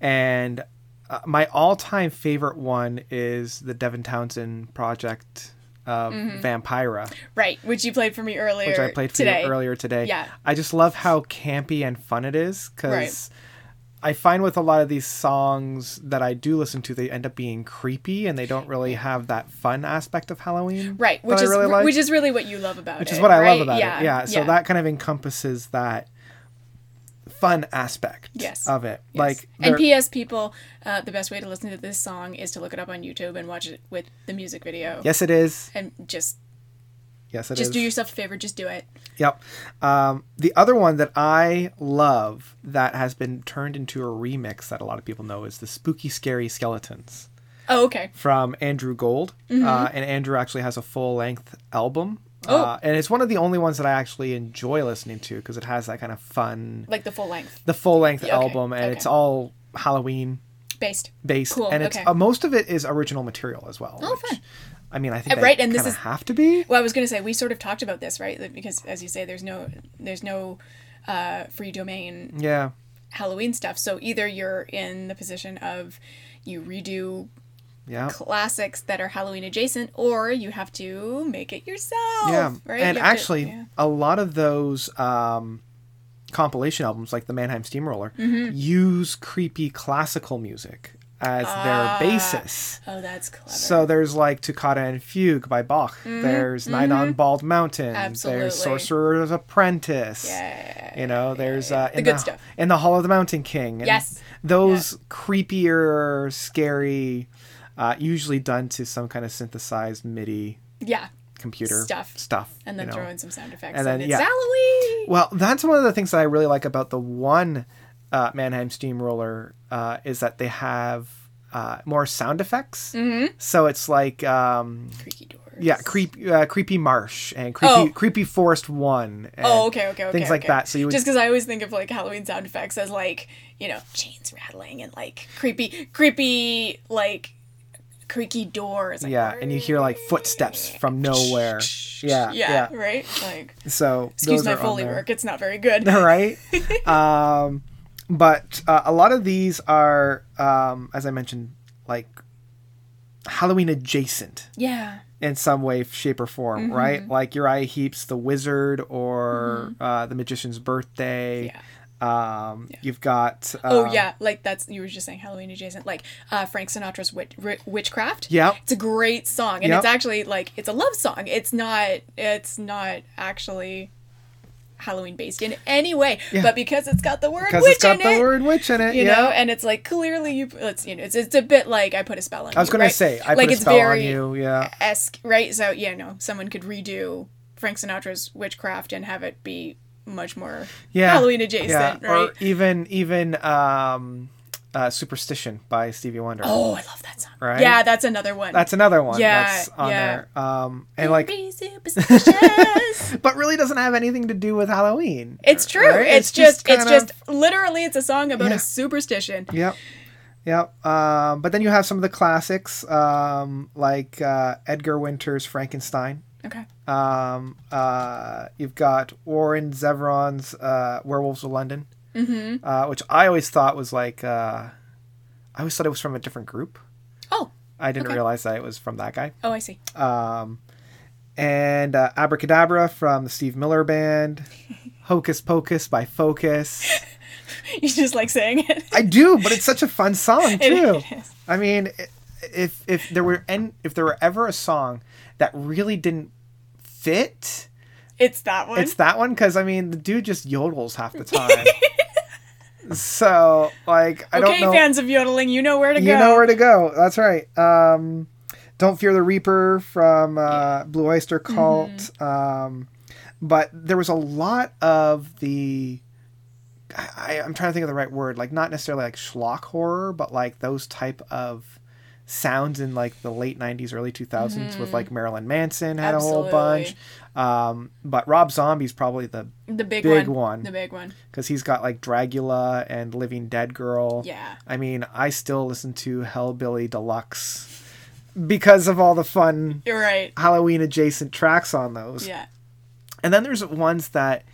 Speaker 2: and uh, my all-time favorite one is the Devin Townsend project of
Speaker 3: Mm-hmm.
Speaker 2: Vampira,
Speaker 3: Right, which you played for me earlier.
Speaker 2: which I played for
Speaker 3: today.
Speaker 2: you earlier today.
Speaker 3: Yeah.
Speaker 2: I just love how campy and fun it is cuz
Speaker 3: Right.
Speaker 2: I find with a lot of these songs that I do listen to, they end up being creepy and they don't really have that fun aspect of Halloween.
Speaker 3: Right,
Speaker 2: that
Speaker 3: which
Speaker 2: I
Speaker 3: is
Speaker 2: really like
Speaker 3: which is really what you love about it.
Speaker 2: which is what I love about
Speaker 3: right?
Speaker 2: it. Yeah. So that kind of encompasses that fun aspect
Speaker 3: Yes.
Speaker 2: of it.
Speaker 3: Yes.
Speaker 2: Like
Speaker 3: and
Speaker 2: there-
Speaker 3: P.S. People, uh, the best way to listen to this song is to look it up on YouTube and watch it with the music video.
Speaker 2: yes, it is.
Speaker 3: And just
Speaker 2: Yes, it is.
Speaker 3: just do yourself a favor, just do it.
Speaker 2: Yep. Um, the other one that I love that has been turned into a remix that a lot of people know is the Spooky Scary Skeletons.
Speaker 3: Oh, okay.
Speaker 2: from Andrew Gold, uh, and Andrew actually has a full length album. Uh,
Speaker 3: Mm-hmm. Oh.
Speaker 2: and it's one of the only ones that I actually enjoy listening to because it has that kind of fun,
Speaker 3: Like the full length
Speaker 2: the full length
Speaker 3: Yeah, okay,
Speaker 2: album, and
Speaker 3: okay.
Speaker 2: it's all Halloween
Speaker 3: based.
Speaker 2: based,
Speaker 3: Cool,
Speaker 2: and it's
Speaker 3: okay.
Speaker 2: uh, most of it is original material as well.
Speaker 3: Oh, fun.
Speaker 2: I mean, I think
Speaker 3: Uh,
Speaker 2: right, and this
Speaker 3: is-
Speaker 2: have to be
Speaker 3: Well, I was going to say we sort of talked about this, right? Like, Because as you say, there's no there's no uh, free domain
Speaker 2: yeah,
Speaker 3: Halloween stuff. So either you're in the position of you redo
Speaker 2: yeah.
Speaker 3: classics that are Halloween adjacent, or you have to make it yourself.
Speaker 2: Yeah, and
Speaker 3: right. You have to-
Speaker 2: actually,
Speaker 3: yeah.
Speaker 2: a lot of those um, compilation albums, like the Mannheim Steamroller,
Speaker 3: Mm-hmm.
Speaker 2: use creepy classical music as
Speaker 3: Ah,
Speaker 2: their basis.
Speaker 3: oh, that's clever.
Speaker 2: So there's like Toccata and Fugue by Bach. There's Night on Bald Mountain.
Speaker 3: Mm-hmm, Absolutely.
Speaker 2: There's Sorcerer's Apprentice.
Speaker 3: Yeah.
Speaker 2: You know, there's uh, in
Speaker 3: The good stuff.
Speaker 2: In the Hall of the Mountain King. and
Speaker 3: Yes.
Speaker 2: Those creepier, scary, uh, usually done to some kind of synthesized MIDI
Speaker 3: yeah,
Speaker 2: computer
Speaker 3: Stuff.
Speaker 2: stuff
Speaker 3: and then
Speaker 2: you know.
Speaker 3: throw in some sound effects,
Speaker 2: And then,
Speaker 3: and, it's
Speaker 2: yeah.
Speaker 3: Halloween.
Speaker 2: Well, that's one of the things that I really like about the one uh, Mannheim Steamroller uh, is that they have uh, more sound effects. Mm-hmm. So it's like um,
Speaker 3: Creaky doors.
Speaker 2: yeah, creep, uh, creepy marsh and creepy
Speaker 3: Oh.
Speaker 2: creepy forest one. And
Speaker 3: Oh, okay, okay, okay.
Speaker 2: Things like
Speaker 3: okay.
Speaker 2: that. So you would
Speaker 3: just because I always think of like Halloween sound effects as like you know chains rattling and like creepy, creepy like creaky door. It's like,
Speaker 2: yeah, and you hear like footsteps from nowhere. Yeah, yeah.
Speaker 3: yeah, right? Like,
Speaker 2: So
Speaker 3: excuse
Speaker 2: those
Speaker 3: my
Speaker 2: are on
Speaker 3: Foley
Speaker 2: there.
Speaker 3: work. It's not
Speaker 2: (laughs)
Speaker 3: very good.
Speaker 2: All right.
Speaker 3: (laughs)
Speaker 2: um, but uh, a lot of these are, um, as I mentioned, like Halloween adjacent
Speaker 3: Yeah.
Speaker 2: in some way, shape, or form,
Speaker 3: Mm-hmm.
Speaker 2: right? Like Uriah Heep's The Wizard or uh, The Magician's Birthday.
Speaker 3: Mm-hmm. Yeah.
Speaker 2: Um, You've got. Um,
Speaker 3: Oh yeah, like that's you were just saying Halloween adjacent, like uh, Frank Sinatra's wit- ri- witchcraft.
Speaker 2: Yep.
Speaker 3: it's a great song, and
Speaker 2: Yep.
Speaker 3: it's actually like it's a love song. It's not it's not actually Halloween based in any way,
Speaker 2: Yeah.
Speaker 3: but because it's got the word
Speaker 2: Because
Speaker 3: witch
Speaker 2: it's got
Speaker 3: in
Speaker 2: the
Speaker 3: it,
Speaker 2: word witch in it.
Speaker 3: you
Speaker 2: yeah.
Speaker 3: know, and it's like clearly you it's you know it's, it's a bit like I put a spell on.
Speaker 2: I was going
Speaker 3: right?
Speaker 2: to say, I put
Speaker 3: like
Speaker 2: a
Speaker 3: it's
Speaker 2: spell
Speaker 3: very
Speaker 2: on you. Yeah.
Speaker 3: esque, right? So yeah, no, someone could redo Frank Sinatra's witchcraft and have it be much more
Speaker 2: Yeah.
Speaker 3: Halloween adjacent,
Speaker 2: Yeah.
Speaker 3: right?
Speaker 2: Or even, even um, uh, Superstition by Stevie Wonder.
Speaker 3: Oh, I love that song.
Speaker 2: Right?
Speaker 3: Yeah, that's another one.
Speaker 2: That's another one
Speaker 3: Yeah,
Speaker 2: that's on
Speaker 3: yeah.
Speaker 2: there. Um, and like,
Speaker 3: Be superstitious.
Speaker 2: but really doesn't have anything to do with Halloween.
Speaker 3: it's true.
Speaker 2: right?
Speaker 3: It's, just,
Speaker 2: kind
Speaker 3: it's
Speaker 2: of-
Speaker 3: just literally it's a song about
Speaker 2: Yeah.
Speaker 3: a superstition.
Speaker 2: Yep. Yep. Um, but then you have some of the classics, um, like uh, Edgar Winter's Frankenstein.
Speaker 3: Okay.
Speaker 2: Um, uh, you've got Warren Zevron's uh, Werewolves of London, mm-hmm. uh, which I always thought was like, uh, I always thought it was from a different group.
Speaker 3: Oh.
Speaker 2: I didn't
Speaker 3: Okay.
Speaker 2: realize that it was from that guy.
Speaker 3: Oh, I see. (laughs)
Speaker 2: and uh, Abracadabra from the Steve Miller Band, Hocus Pocus by Focus.
Speaker 3: You just like saying it. (laughs)
Speaker 2: I do, but it's such a fun song too.
Speaker 3: is.
Speaker 2: I mean, i- if if there were en- if there were ever a song that really didn't fit,
Speaker 3: It's that one.
Speaker 2: it's that one because I mean the dude just yodels half the
Speaker 3: (laughs)
Speaker 2: time. so like I
Speaker 3: okay,
Speaker 2: don't know.
Speaker 3: fans of yodeling, you know where to
Speaker 2: you
Speaker 3: go.
Speaker 2: know where to go. That's right. Um, Don't Fear the Reaper from uh, Blue Oyster Cult.
Speaker 3: Mm-hmm.
Speaker 2: Um, but there was a lot of the. I, I- I'm trying to think of the right word. Like, not necessarily like schlock horror, but like those type of sounds in like the late 90s, early 2000s
Speaker 3: Mm-hmm.
Speaker 2: with like Marilyn Manson had a whole bunch. Um, but Rob Zombie's probably the.
Speaker 3: the big,
Speaker 2: Big
Speaker 3: one.
Speaker 2: one.
Speaker 3: The big one.
Speaker 2: Because he's got like Dracula and Living Dead Girl.
Speaker 3: Yeah.
Speaker 2: I mean, I still listen to Hellbilly Deluxe because of all the fun (sighs)
Speaker 3: You're right.
Speaker 2: Halloween adjacent tracks on those.
Speaker 3: Yeah.
Speaker 2: And then there's ones that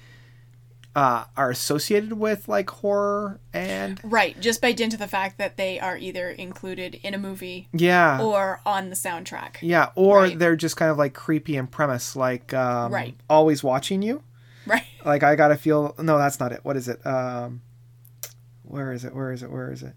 Speaker 2: uh, are associated with like horror and
Speaker 3: Right. Just by dint of the fact that they are either included in a movie
Speaker 2: yeah,
Speaker 3: or on the soundtrack.
Speaker 2: yeah, or
Speaker 3: Right.
Speaker 2: they're just kind of like creepy in premise, like um,
Speaker 3: Right.
Speaker 2: always watching you.
Speaker 3: (laughs) Right.
Speaker 2: Like I gotta feel no, that's not it. What is it? Um, where is it? Where is it? Where is it?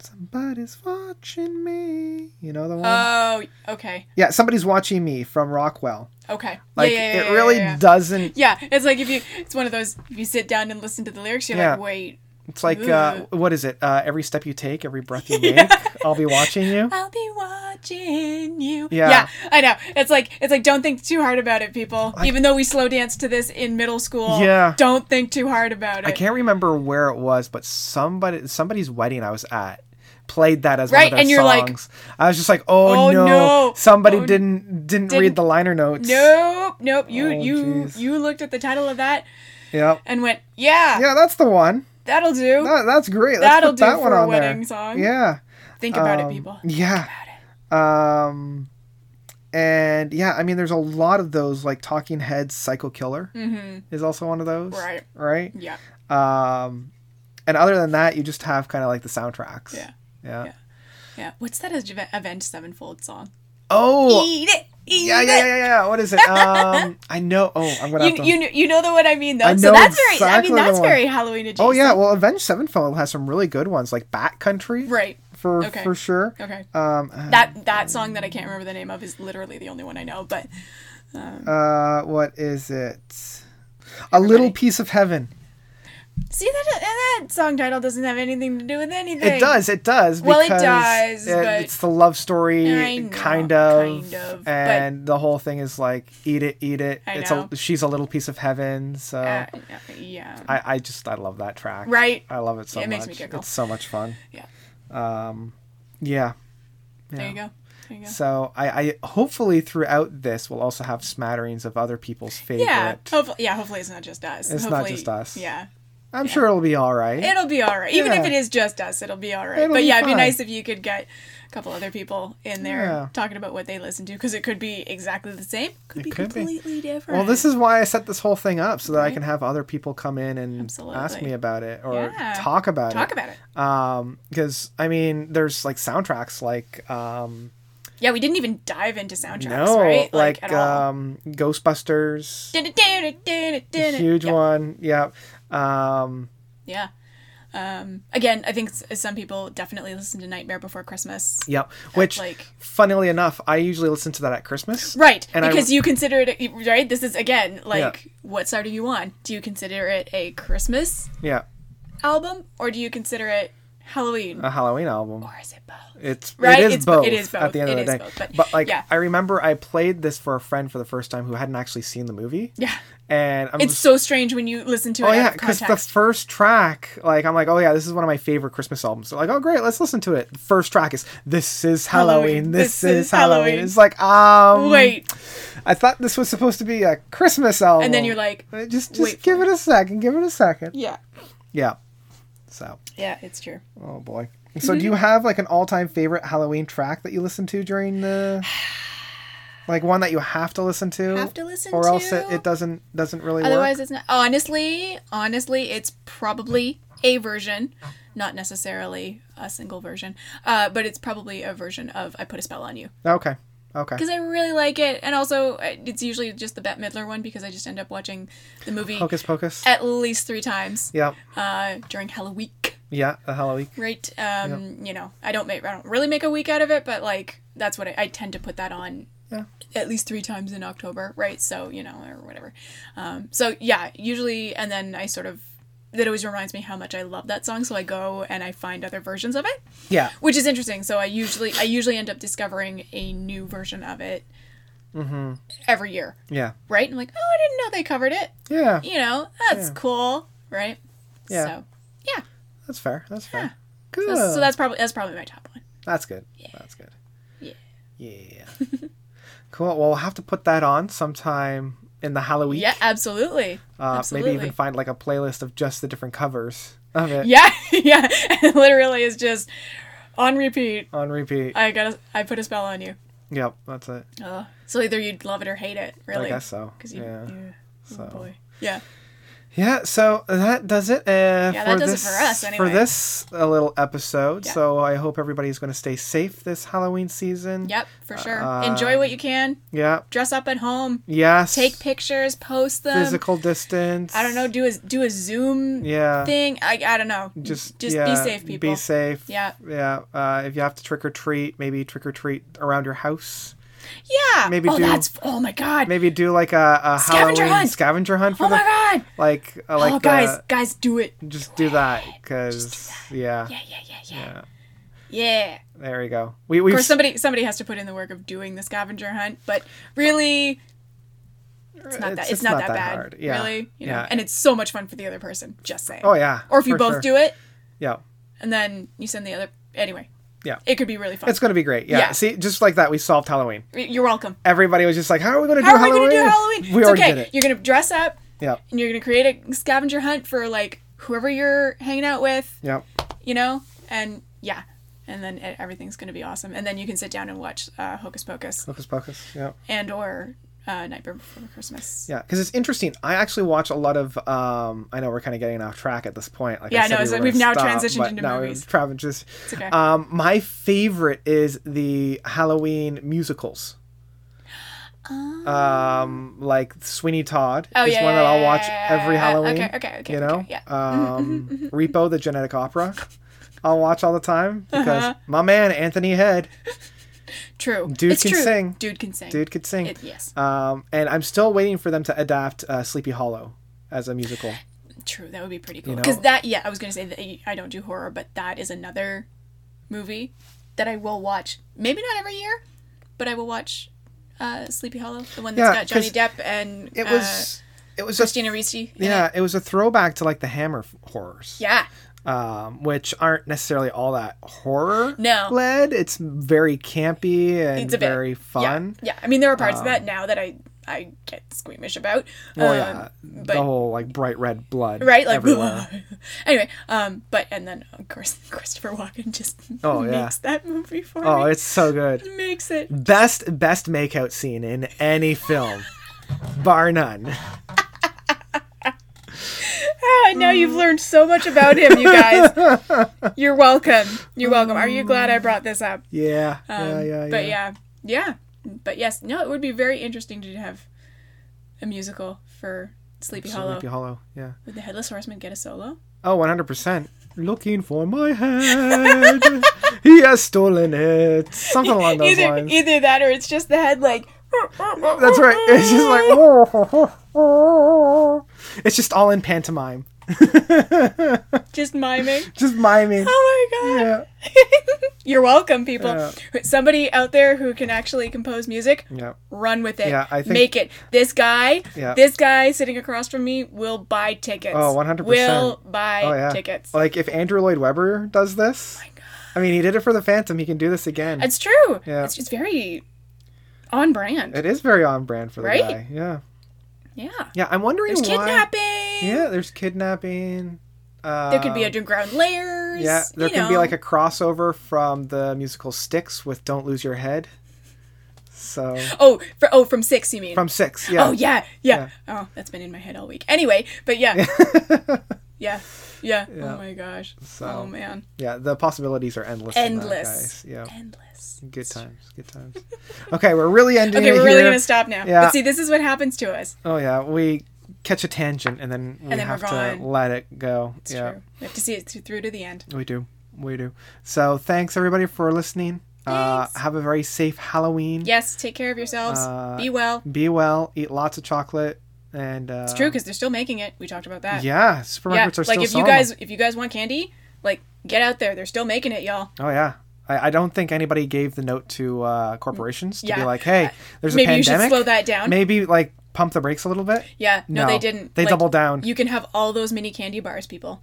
Speaker 2: Somebody's watching me. You know the one.
Speaker 3: Oh, okay.
Speaker 2: yeah, somebody's watching me from Rockwell.
Speaker 3: Okay.
Speaker 2: Like
Speaker 3: yeah, yeah, yeah,
Speaker 2: it
Speaker 3: yeah,
Speaker 2: really
Speaker 3: yeah, yeah.
Speaker 2: doesn't.
Speaker 3: Yeah, it's like if you, it's one of those, if you sit down and listen to the lyrics, you're
Speaker 2: Yeah.
Speaker 3: like, wait,
Speaker 2: It's like uh, what is it? Uh, every step you take, every breath
Speaker 3: (laughs)
Speaker 2: you make, I'll be watching you.
Speaker 3: I'll be watching you.
Speaker 2: Yeah.
Speaker 3: I know. It's like, it's like, don't think too hard about it, people. Even though we slow danced to this in middle school,
Speaker 2: Yeah.
Speaker 3: don't think too hard about it.
Speaker 2: I can't remember where it was, but somebody somebody's wedding I was at played that as one
Speaker 3: Right,
Speaker 2: of
Speaker 3: and
Speaker 2: their
Speaker 3: you're like,
Speaker 2: songs. I was just like, oh,
Speaker 3: "Oh,
Speaker 2: no,
Speaker 3: no.
Speaker 2: somebody
Speaker 3: Oh, n-
Speaker 2: didn't, didn't read
Speaker 3: didn't-
Speaker 2: the liner notes.
Speaker 3: Nope, nope. You,
Speaker 2: Oh,
Speaker 3: you,
Speaker 2: jeez.
Speaker 3: you looked at the title of that
Speaker 2: Yep.
Speaker 3: and went, yeah,
Speaker 2: Yeah, that's the one.
Speaker 3: that'll do.
Speaker 2: That, that's great. Let's
Speaker 3: That'll
Speaker 2: put
Speaker 3: do
Speaker 2: that one
Speaker 3: for a
Speaker 2: on there.
Speaker 3: wedding song.
Speaker 2: Yeah.
Speaker 3: think about
Speaker 2: Um,
Speaker 3: it, people.
Speaker 2: Yeah. Um, and yeah, I mean, there's a lot of those, like Talking Heads, Psycho Killer is also one of those,
Speaker 3: Mm-hmm. Right.
Speaker 2: Right.
Speaker 3: Yeah.
Speaker 2: Um, and other than that, you just have kind of like the soundtracks.
Speaker 3: Yeah.
Speaker 2: Yeah.
Speaker 3: Yeah. Yeah. What's that Ave- Avenged Sevenfold song?
Speaker 2: Oh.
Speaker 3: Eat it. Eat
Speaker 2: yeah,
Speaker 3: it.
Speaker 2: yeah, yeah, yeah. What is it?
Speaker 3: (laughs)
Speaker 2: Um, I know. Oh, I'm gonna.
Speaker 3: You,
Speaker 2: have to...
Speaker 3: you kn- you know the one I mean though.
Speaker 2: I
Speaker 3: so
Speaker 2: know
Speaker 3: that's very I
Speaker 2: exactly
Speaker 3: mean
Speaker 2: the
Speaker 3: that's
Speaker 2: one.
Speaker 3: very Halloween adjacent.
Speaker 2: Oh yeah. Well, Avenged Sevenfold has some really good ones, like Bat Country,
Speaker 3: Right.
Speaker 2: For
Speaker 3: Okay.
Speaker 2: for sure.
Speaker 3: Okay.
Speaker 2: Um, uh,
Speaker 3: That that song that I can't remember the name of is literally the only one I know, but
Speaker 2: uh, what is it? A little piece of heaven.
Speaker 3: see that that song title doesn't have anything to do with anything.
Speaker 2: It does. It does.
Speaker 3: Well, it
Speaker 2: because
Speaker 3: does,
Speaker 2: it-
Speaker 3: but-
Speaker 2: it's the love story,
Speaker 3: I know,
Speaker 2: kind of,
Speaker 3: kind of, but-
Speaker 2: and the whole thing is like, eat it, eat it.
Speaker 3: I
Speaker 2: it's
Speaker 3: know.
Speaker 2: a she's a little piece of heaven. So
Speaker 3: Uh, yeah.
Speaker 2: I, I just I love that track.
Speaker 3: Right.
Speaker 2: I love it so
Speaker 3: Yeah, it
Speaker 2: much.
Speaker 3: makes me giggle.
Speaker 2: It's so much fun. Um,
Speaker 3: yeah.
Speaker 2: Yeah.
Speaker 3: There you go. There you go.
Speaker 2: So I, I hopefully throughout this we'll also have smatterings of other people's favorite.
Speaker 3: Yeah. Hopefully yeah, hopefully it's not just us.
Speaker 2: It's not
Speaker 3: hopefully,
Speaker 2: just us.
Speaker 3: Yeah.
Speaker 2: I'm sure it'll be all right.
Speaker 3: It'll be all right. Even
Speaker 2: Yeah.
Speaker 3: if it is just us, it'll be all right.
Speaker 2: It'll
Speaker 3: but
Speaker 2: be
Speaker 3: yeah, it'd
Speaker 2: fine.
Speaker 3: be nice if you could get a couple other people in there
Speaker 2: Yeah.
Speaker 3: talking about what they listen to because it could be exactly the same. Could
Speaker 2: It
Speaker 3: be
Speaker 2: could be.
Speaker 3: completely different.
Speaker 2: Well, this is why I set this whole thing up so that I
Speaker 3: Right.
Speaker 2: can have other people come in and ask
Speaker 3: Absolutely.
Speaker 2: me about it or
Speaker 3: Yeah.
Speaker 2: talk about
Speaker 3: talk
Speaker 2: it.
Speaker 3: about it.
Speaker 2: About- um, because I mean, there's like soundtracks like um,
Speaker 3: Yeah, we didn't even dive into soundtracks,
Speaker 2: no,
Speaker 3: right?
Speaker 2: like,
Speaker 3: at all.
Speaker 2: um, Ghostbusters,
Speaker 3: Dun-dun-dun-dun-dun-dun.
Speaker 2: huge
Speaker 3: yeah.
Speaker 2: one, yeah. Um,
Speaker 3: Yeah. Um, again, I think s- some people definitely listen to Nightmare Before Christmas.
Speaker 2: Yep. Which,
Speaker 3: like-
Speaker 2: funnily enough, I usually listen to that at Christmas.
Speaker 3: Right,
Speaker 2: And I-
Speaker 3: because you consider it right. This is again like what side are you on? Do you consider it a Christmas
Speaker 2: Yeah.
Speaker 3: album or do you consider it Halloween
Speaker 2: A Halloween album.
Speaker 3: or is it both?
Speaker 2: It's
Speaker 3: Right,
Speaker 2: it is
Speaker 3: it's bo-
Speaker 2: both.
Speaker 3: it is
Speaker 2: At the end
Speaker 3: both,
Speaker 2: of the
Speaker 3: it
Speaker 2: day.
Speaker 3: is both, but-
Speaker 2: like,
Speaker 3: yeah.
Speaker 2: I remember I played this for a friend for the first time who hadn't actually seen the movie.
Speaker 3: Yeah,
Speaker 2: And I'm
Speaker 3: it's
Speaker 2: just-
Speaker 3: so strange when you listen to it.
Speaker 2: Oh
Speaker 3: out
Speaker 2: yeah,
Speaker 3: of
Speaker 2: because the
Speaker 3: context.
Speaker 2: first track, like I'm like, oh yeah, this is one of my favorite Christmas albums. So like, oh great, let's listen to it. The first track is "This Is Halloween,
Speaker 3: Halloween,
Speaker 2: This, is Halloween. It's like, um,
Speaker 3: wait,
Speaker 2: I thought this was supposed to be a Christmas album.
Speaker 3: and then you're like,
Speaker 2: Uh, just just
Speaker 3: wait for
Speaker 2: give it a second, give it a second.
Speaker 3: yeah,
Speaker 2: Yeah. So,
Speaker 3: yeah, it's true.
Speaker 2: oh boy. So,
Speaker 3: Mm-hmm.
Speaker 2: do you have like an all-time favorite Halloween track that you listen to during
Speaker 3: (sighs)
Speaker 2: the? Like one that you have to listen to,
Speaker 3: Have to listen
Speaker 2: or else it,
Speaker 3: to?
Speaker 2: it doesn't doesn't really
Speaker 3: Otherwise,
Speaker 2: work.
Speaker 3: it's not. Honestly, honestly, it's probably a version, not necessarily a single version, uh, but it's probably a version of "I Put a Spell on You"
Speaker 2: Okay, okay.
Speaker 3: because I really like it, and also uh, it's usually just the Bette Midler one because I just end up watching the movie
Speaker 2: Hocus Pocus.
Speaker 3: at least three times
Speaker 2: yeah,
Speaker 3: uh, during Halloween.
Speaker 2: yeah. The Halloween.
Speaker 3: Right? Um, You know, I don't make I don't really make a week out of it, but like that's what I, I tend to put that on
Speaker 2: Yeah.
Speaker 3: at least three times in October, right? So you know, or whatever. Um, so yeah, usually, and then I sort of that always reminds me how much I love that song, so I go and I find other versions of it,
Speaker 2: Yeah.
Speaker 3: which is interesting. So I usually I usually end up discovering a new version of it
Speaker 2: Mm-hmm.
Speaker 3: every year,
Speaker 2: Yeah.
Speaker 3: right? I'm like, oh, I didn't know they covered it.
Speaker 2: Yeah.
Speaker 3: You know, that's
Speaker 2: Yeah.
Speaker 3: cool, right?
Speaker 2: Yeah.
Speaker 3: So yeah,
Speaker 2: That's fair. That's fair.
Speaker 3: Yeah.
Speaker 2: Good.
Speaker 3: so, so that's probably that's probably my top one.
Speaker 2: that's good.
Speaker 3: Yeah.
Speaker 2: That's good.
Speaker 3: Yeah. (laughs)
Speaker 2: Yeah. cool. Well, we'll have to put that on sometime in the Halloween.
Speaker 3: Yeah, absolutely.
Speaker 2: Uh, maybe
Speaker 3: absolutely.
Speaker 2: even find like a playlist of just the different covers of it
Speaker 3: yeah, (laughs) yeah. It literally is just on repeat.
Speaker 2: on repeat.
Speaker 3: I got. to I put a spell on you.
Speaker 2: Yep, that's it.
Speaker 3: Ugh. so either you'd love it or hate it. Really.
Speaker 2: I guess so.
Speaker 3: 'Cause you.
Speaker 2: Yeah.
Speaker 3: Yeah.
Speaker 2: So.
Speaker 3: Oh boy. Yeah.
Speaker 2: Yeah, so that does it. Uh,
Speaker 3: Yeah,
Speaker 2: for
Speaker 3: that does it
Speaker 2: this,
Speaker 3: for us,
Speaker 2: For
Speaker 3: anyway.
Speaker 2: this uh, little episode,
Speaker 3: Yeah.
Speaker 2: so I hope everybody's going to stay safe this Halloween season.
Speaker 3: Yep. For sure.
Speaker 2: Uh,
Speaker 3: Enjoy what you can.
Speaker 2: Yeah.
Speaker 3: Dress up at home.
Speaker 2: Yes.
Speaker 3: Take pictures. Post them.
Speaker 2: physical distance.
Speaker 3: Um, I don't know. Do a do a Zoom
Speaker 2: Yeah.
Speaker 3: thing. I I don't know.
Speaker 2: just
Speaker 3: just
Speaker 2: yeah,
Speaker 3: be safe, people.
Speaker 2: Be safe.
Speaker 3: Yeah.
Speaker 2: Yeah. Uh, if you have to trick or treat, maybe trick or treat around your house.
Speaker 3: Yeah.
Speaker 2: Maybe
Speaker 3: oh,
Speaker 2: do-
Speaker 3: that's. Oh my God.
Speaker 2: Maybe do like a, a
Speaker 3: Scavenger
Speaker 2: Halloween
Speaker 3: hunt!
Speaker 2: scavenger hunt for
Speaker 3: oh
Speaker 2: the
Speaker 3: my God.
Speaker 2: like uh, like
Speaker 3: oh
Speaker 2: the-
Speaker 3: guys, guys, do it.
Speaker 2: just do that because yeah,
Speaker 3: Yeah, yeah, yeah, yeah.
Speaker 2: yeah.
Speaker 3: Yeah.
Speaker 2: There we go. We
Speaker 3: Of
Speaker 2: we
Speaker 3: course, somebody somebody has to put in the work of doing the scavenger hunt, but really, it's not that it's, not, that, bad.
Speaker 2: hard. Yeah.
Speaker 3: Really, you know,
Speaker 2: yeah.
Speaker 3: and it's so much fun for the other person. Just saying.
Speaker 2: oh yeah.
Speaker 3: Or if you
Speaker 2: for
Speaker 3: both
Speaker 2: sure.
Speaker 3: do it
Speaker 2: Yeah.
Speaker 3: and then you send the other. Anyway.
Speaker 2: Yeah.
Speaker 3: It could be really fun.
Speaker 2: It's gonna be great. Yeah.
Speaker 3: Yeah.
Speaker 2: See, just like that, we solved Halloween.
Speaker 3: You're welcome.
Speaker 2: Everybody was just like, "How are we gonna do
Speaker 3: How are we
Speaker 2: Halloween?"
Speaker 3: gonna do Halloween?
Speaker 2: We
Speaker 3: it's
Speaker 2: already
Speaker 3: okay.
Speaker 2: did it.
Speaker 3: You're gonna dress up
Speaker 2: Yeah.
Speaker 3: and you're gonna create a scavenger hunt for like whoever you're hanging out with.
Speaker 2: Yeah.
Speaker 3: you know, and yeah, and then e- everything's gonna be awesome, and then you can sit down and watch uh, Hocus Pocus
Speaker 2: Hocus pocus. Yeah.
Speaker 3: and or uh, Nightmare Before Christmas.
Speaker 2: Yeah, because it's interesting. I actually watch a lot of. Um, I know we're kind of getting off track at this point. Like
Speaker 3: Yeah,
Speaker 2: I
Speaker 3: no, it's
Speaker 2: we
Speaker 3: like
Speaker 2: were
Speaker 3: we've
Speaker 2: gonna
Speaker 3: now
Speaker 2: stop,
Speaker 3: transitioned
Speaker 2: but
Speaker 3: into
Speaker 2: now we've
Speaker 3: movies.
Speaker 2: traven- just-
Speaker 3: It's okay.
Speaker 2: Um, my favorite is the Halloween musicals. Um, like Sweeney Todd
Speaker 3: Oh,
Speaker 2: is
Speaker 3: yeah,
Speaker 2: one
Speaker 3: yeah,
Speaker 2: that I'll
Speaker 3: yeah,
Speaker 2: watch
Speaker 3: yeah, yeah,
Speaker 2: every
Speaker 3: yeah.
Speaker 2: Halloween.
Speaker 3: Okay, okay, okay,
Speaker 2: You
Speaker 3: okay,
Speaker 2: know,
Speaker 3: yeah. Mm-hmm,
Speaker 2: um, Repo the Genetic Opera,
Speaker 3: (laughs)
Speaker 2: I'll watch all the time because
Speaker 3: Uh-huh.
Speaker 2: my man Anthony Head,
Speaker 3: True.
Speaker 2: Dude
Speaker 3: it's
Speaker 2: can
Speaker 3: true.
Speaker 2: sing.
Speaker 3: Dude can sing.
Speaker 2: dude, could sing.
Speaker 3: It- yes.
Speaker 2: Um, and I'm still waiting for them to adapt uh, Sleepy Hollow as a musical.
Speaker 3: True. That would be pretty cool.
Speaker 2: know-
Speaker 3: Because that, yeah, I was gonna say that y- I don't do horror, but that is another movie that I will watch. Maybe not every year, but I will watch uh, Sleepy Hollow, the one that's
Speaker 2: Yeah,
Speaker 3: got Johnny
Speaker 2: 'cause
Speaker 3: Depp and
Speaker 2: It
Speaker 3: uh,
Speaker 2: was. it was just
Speaker 3: Christina Ricci. in
Speaker 2: Yeah,
Speaker 3: it.
Speaker 2: it was a throwback to like the Hammer f- horrors,
Speaker 3: Yeah.
Speaker 2: um, which aren't necessarily all that horror
Speaker 3: No.
Speaker 2: led. It's very campy and
Speaker 3: It's a bit. Um,
Speaker 2: very fun. Um,
Speaker 3: Yeah, yeah. I mean, there are parts of that now that I I get squeamish about.
Speaker 2: Well, Oh,
Speaker 3: Um,
Speaker 2: yeah,
Speaker 3: but
Speaker 2: the whole like bright red blood,
Speaker 3: right, like
Speaker 2: everywhere.
Speaker 3: (laughs) anyway. Um, but and then of course (laughs) Christopher Walken just
Speaker 2: Oh,
Speaker 3: makes
Speaker 2: yeah.
Speaker 3: that movie
Speaker 2: (laughs)
Speaker 3: for
Speaker 2: oh,
Speaker 3: me.
Speaker 2: it's so good.
Speaker 3: makes it.
Speaker 2: Best best makeout scene in any film, bar none.
Speaker 3: Ah, (laughs) now you've learned so much about him, you
Speaker 2: (laughs)
Speaker 3: guys. You're welcome. You're welcome. Are you glad I brought this up?
Speaker 2: Yeah,
Speaker 3: Um,
Speaker 2: yeah, yeah,
Speaker 3: But yeah, yeah. But yes, no, it would be very interesting to have a musical for Sleepy Hollow.
Speaker 2: Sleepy Hollow. Yeah.
Speaker 3: Would the Headless Horseman get a solo?
Speaker 2: Oh, 100%. Looking for my head. he has stolen it. Something along those
Speaker 3: either,
Speaker 2: lines.
Speaker 3: either that or it's just the head like.
Speaker 2: That's right. (laughs) It's just like. (laughs) It's just all in pantomime. (laughs)
Speaker 3: Just miming.
Speaker 2: Just miming.
Speaker 3: Oh my god.
Speaker 2: Yeah.
Speaker 3: (laughs) You're welcome, people.
Speaker 2: Yeah.
Speaker 3: Somebody out there who can actually compose music,
Speaker 2: Yeah.
Speaker 3: run with it.
Speaker 2: Yeah, I think-
Speaker 3: Make it. This guy,
Speaker 2: Yeah.
Speaker 3: this guy sitting across from me will buy tickets.
Speaker 2: Oh, 100%.
Speaker 3: Will buy
Speaker 2: Oh, yeah.
Speaker 3: tickets. Oh
Speaker 2: Like, if Andrew Lloyd Webber does this, I mean, he did it for The Phantom. He can do this again.
Speaker 3: It's true.
Speaker 2: Yeah.
Speaker 3: It's just very on brand.
Speaker 2: It is very on brand for the
Speaker 3: Right?
Speaker 2: guy. Yeah.
Speaker 3: yeah.
Speaker 2: Yeah, I'm wondering
Speaker 3: There's
Speaker 2: why.
Speaker 3: kidnapping.
Speaker 2: Yeah, there's kidnapping. Uh,
Speaker 3: There could be underground layers.
Speaker 2: Yeah, there
Speaker 3: you
Speaker 2: can be
Speaker 3: know.
Speaker 2: like a crossover from the musical Sticks with "Don't Lose Your Head." So
Speaker 3: Oh, for, oh, from six, you mean?
Speaker 2: from Six, yeah,
Speaker 3: Oh yeah, yeah, Oh, that's been in my head all week. Anyway, but yeah. (laughs) yeah. Yeah. Oh my gosh. Oh man.
Speaker 2: yeah, the possibilities are endless. in that,
Speaker 3: Endless.
Speaker 2: guys. Yeah,
Speaker 3: Endless.
Speaker 2: good times, good times. Okay, we're really ending.
Speaker 3: Okay,
Speaker 2: it
Speaker 3: we're really
Speaker 2: here.
Speaker 3: gonna stop now.
Speaker 2: Yeah.
Speaker 3: But see, this is what happens to us.
Speaker 2: Oh yeah, we catch a tangent and then we
Speaker 3: then we're
Speaker 2: have to
Speaker 3: gone.
Speaker 2: let it go.
Speaker 3: It's
Speaker 2: yeah,
Speaker 3: true. We have to see it th- through to the end.
Speaker 2: we do, we do. So thanks everybody for listening. Uh,
Speaker 3: Thanks.
Speaker 2: have a very safe Halloween.
Speaker 3: Yes, take care of yourselves.
Speaker 2: Uh,
Speaker 3: be well.
Speaker 2: Be well. Eat lots of chocolate. And uh,
Speaker 3: It's true because they're still making it. We talked about that.
Speaker 2: Yeah, supermarkets are
Speaker 3: like
Speaker 2: still
Speaker 3: if you
Speaker 2: selling them.
Speaker 3: guys if you guys want candy, like get out there. They're still making it, y'all.
Speaker 2: Oh yeah. I, I don't think anybody gave the note to uh, corporations to be
Speaker 3: Yeah. Uh,
Speaker 2: like, hey, there's a
Speaker 3: Maybe you
Speaker 2: pandemic.
Speaker 3: should slow that down.
Speaker 2: Maybe like pump the brakes a little bit.
Speaker 3: Yeah, no,
Speaker 2: No,
Speaker 3: they didn't.
Speaker 2: they doubled down. Mm-hmm.
Speaker 3: You can have all those mini candy bars, people.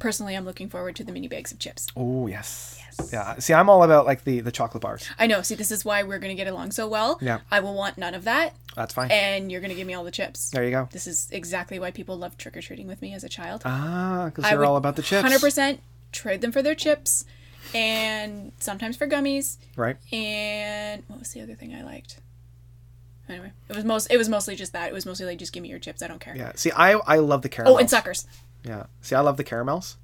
Speaker 3: Personally, I'm looking forward to the mini bags of chips.
Speaker 2: Oh yes. Yeah. See, I'm all about like the the chocolate bars.
Speaker 3: I know. See, this is why we're going to get along so well.
Speaker 2: Yeah.
Speaker 3: I will want none of that,
Speaker 2: That's fine.
Speaker 3: and you're going to give me all the chips.
Speaker 2: there you go.
Speaker 3: This is exactly why people love trick or treating with me as a child.
Speaker 2: Ah, because
Speaker 3: I
Speaker 2: you're
Speaker 3: would
Speaker 2: all about the chips,
Speaker 3: 100% trade them for their chips and sometimes for gummies.
Speaker 2: right?
Speaker 3: And what was the other thing I liked? Anyway, it was most it was mostly just that. It was mostly like just give me your chips. I don't care.
Speaker 2: Yeah. See, I I love the caramels.
Speaker 3: Oh, and suckers.
Speaker 2: Yeah. See, I love the caramels.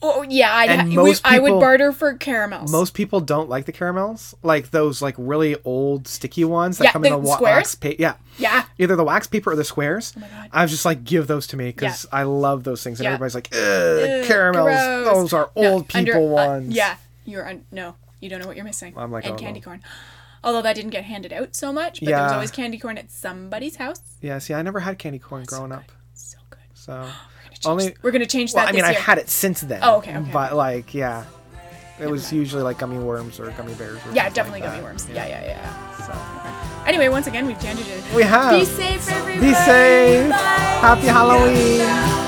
Speaker 3: Oh yeah, I
Speaker 2: And
Speaker 3: ha- we-
Speaker 2: most
Speaker 3: I would
Speaker 2: people-
Speaker 3: barter for caramels.
Speaker 2: Most people don't like the caramels, like those like really old sticky ones that
Speaker 3: Yeah,
Speaker 2: come in
Speaker 3: the
Speaker 2: the wa-
Speaker 3: squares?
Speaker 2: wax paper. Yeah.
Speaker 3: yeah.
Speaker 2: either the wax paper or the squares.
Speaker 3: Oh my God.
Speaker 2: I was just like, give those to me because I love those things. And
Speaker 3: Yeah.
Speaker 2: everybody's like, Ugh,
Speaker 3: Ugh,
Speaker 2: caramels,
Speaker 3: gross.
Speaker 2: those are
Speaker 3: No,
Speaker 2: old
Speaker 3: under-
Speaker 2: people
Speaker 3: uh,
Speaker 2: ones.
Speaker 3: yeah, you're un- no, you don't know what you're missing.
Speaker 2: I'm like,
Speaker 3: and
Speaker 2: oh,
Speaker 3: candy
Speaker 2: no.
Speaker 3: corn. Although that didn't get handed out so much, but there was
Speaker 2: Yeah.
Speaker 3: always candy corn at somebody's house.
Speaker 2: Yeah, see, I never had candy corn growing up.
Speaker 3: So good. (gasps)
Speaker 2: So,
Speaker 3: We're gonna change-
Speaker 2: Only-
Speaker 3: we're gonna change
Speaker 2: well,
Speaker 3: that.
Speaker 2: I mean,
Speaker 3: this
Speaker 2: I
Speaker 3: year.
Speaker 2: had it since then.
Speaker 3: Oh, okay, okay.
Speaker 2: But, like, yeah. It was usually like gummy worms or gummy bears. Or
Speaker 3: Yeah,
Speaker 2: something
Speaker 3: definitely
Speaker 2: like
Speaker 3: gummy
Speaker 2: that.
Speaker 3: worms. Yeah, yeah, yeah.
Speaker 2: So.
Speaker 3: Anyway, once again, we've tangent it.
Speaker 2: We have.
Speaker 3: Be safe, everybody.
Speaker 2: Be safe.
Speaker 3: Bye.
Speaker 2: Happy Halloween.
Speaker 1: Ah.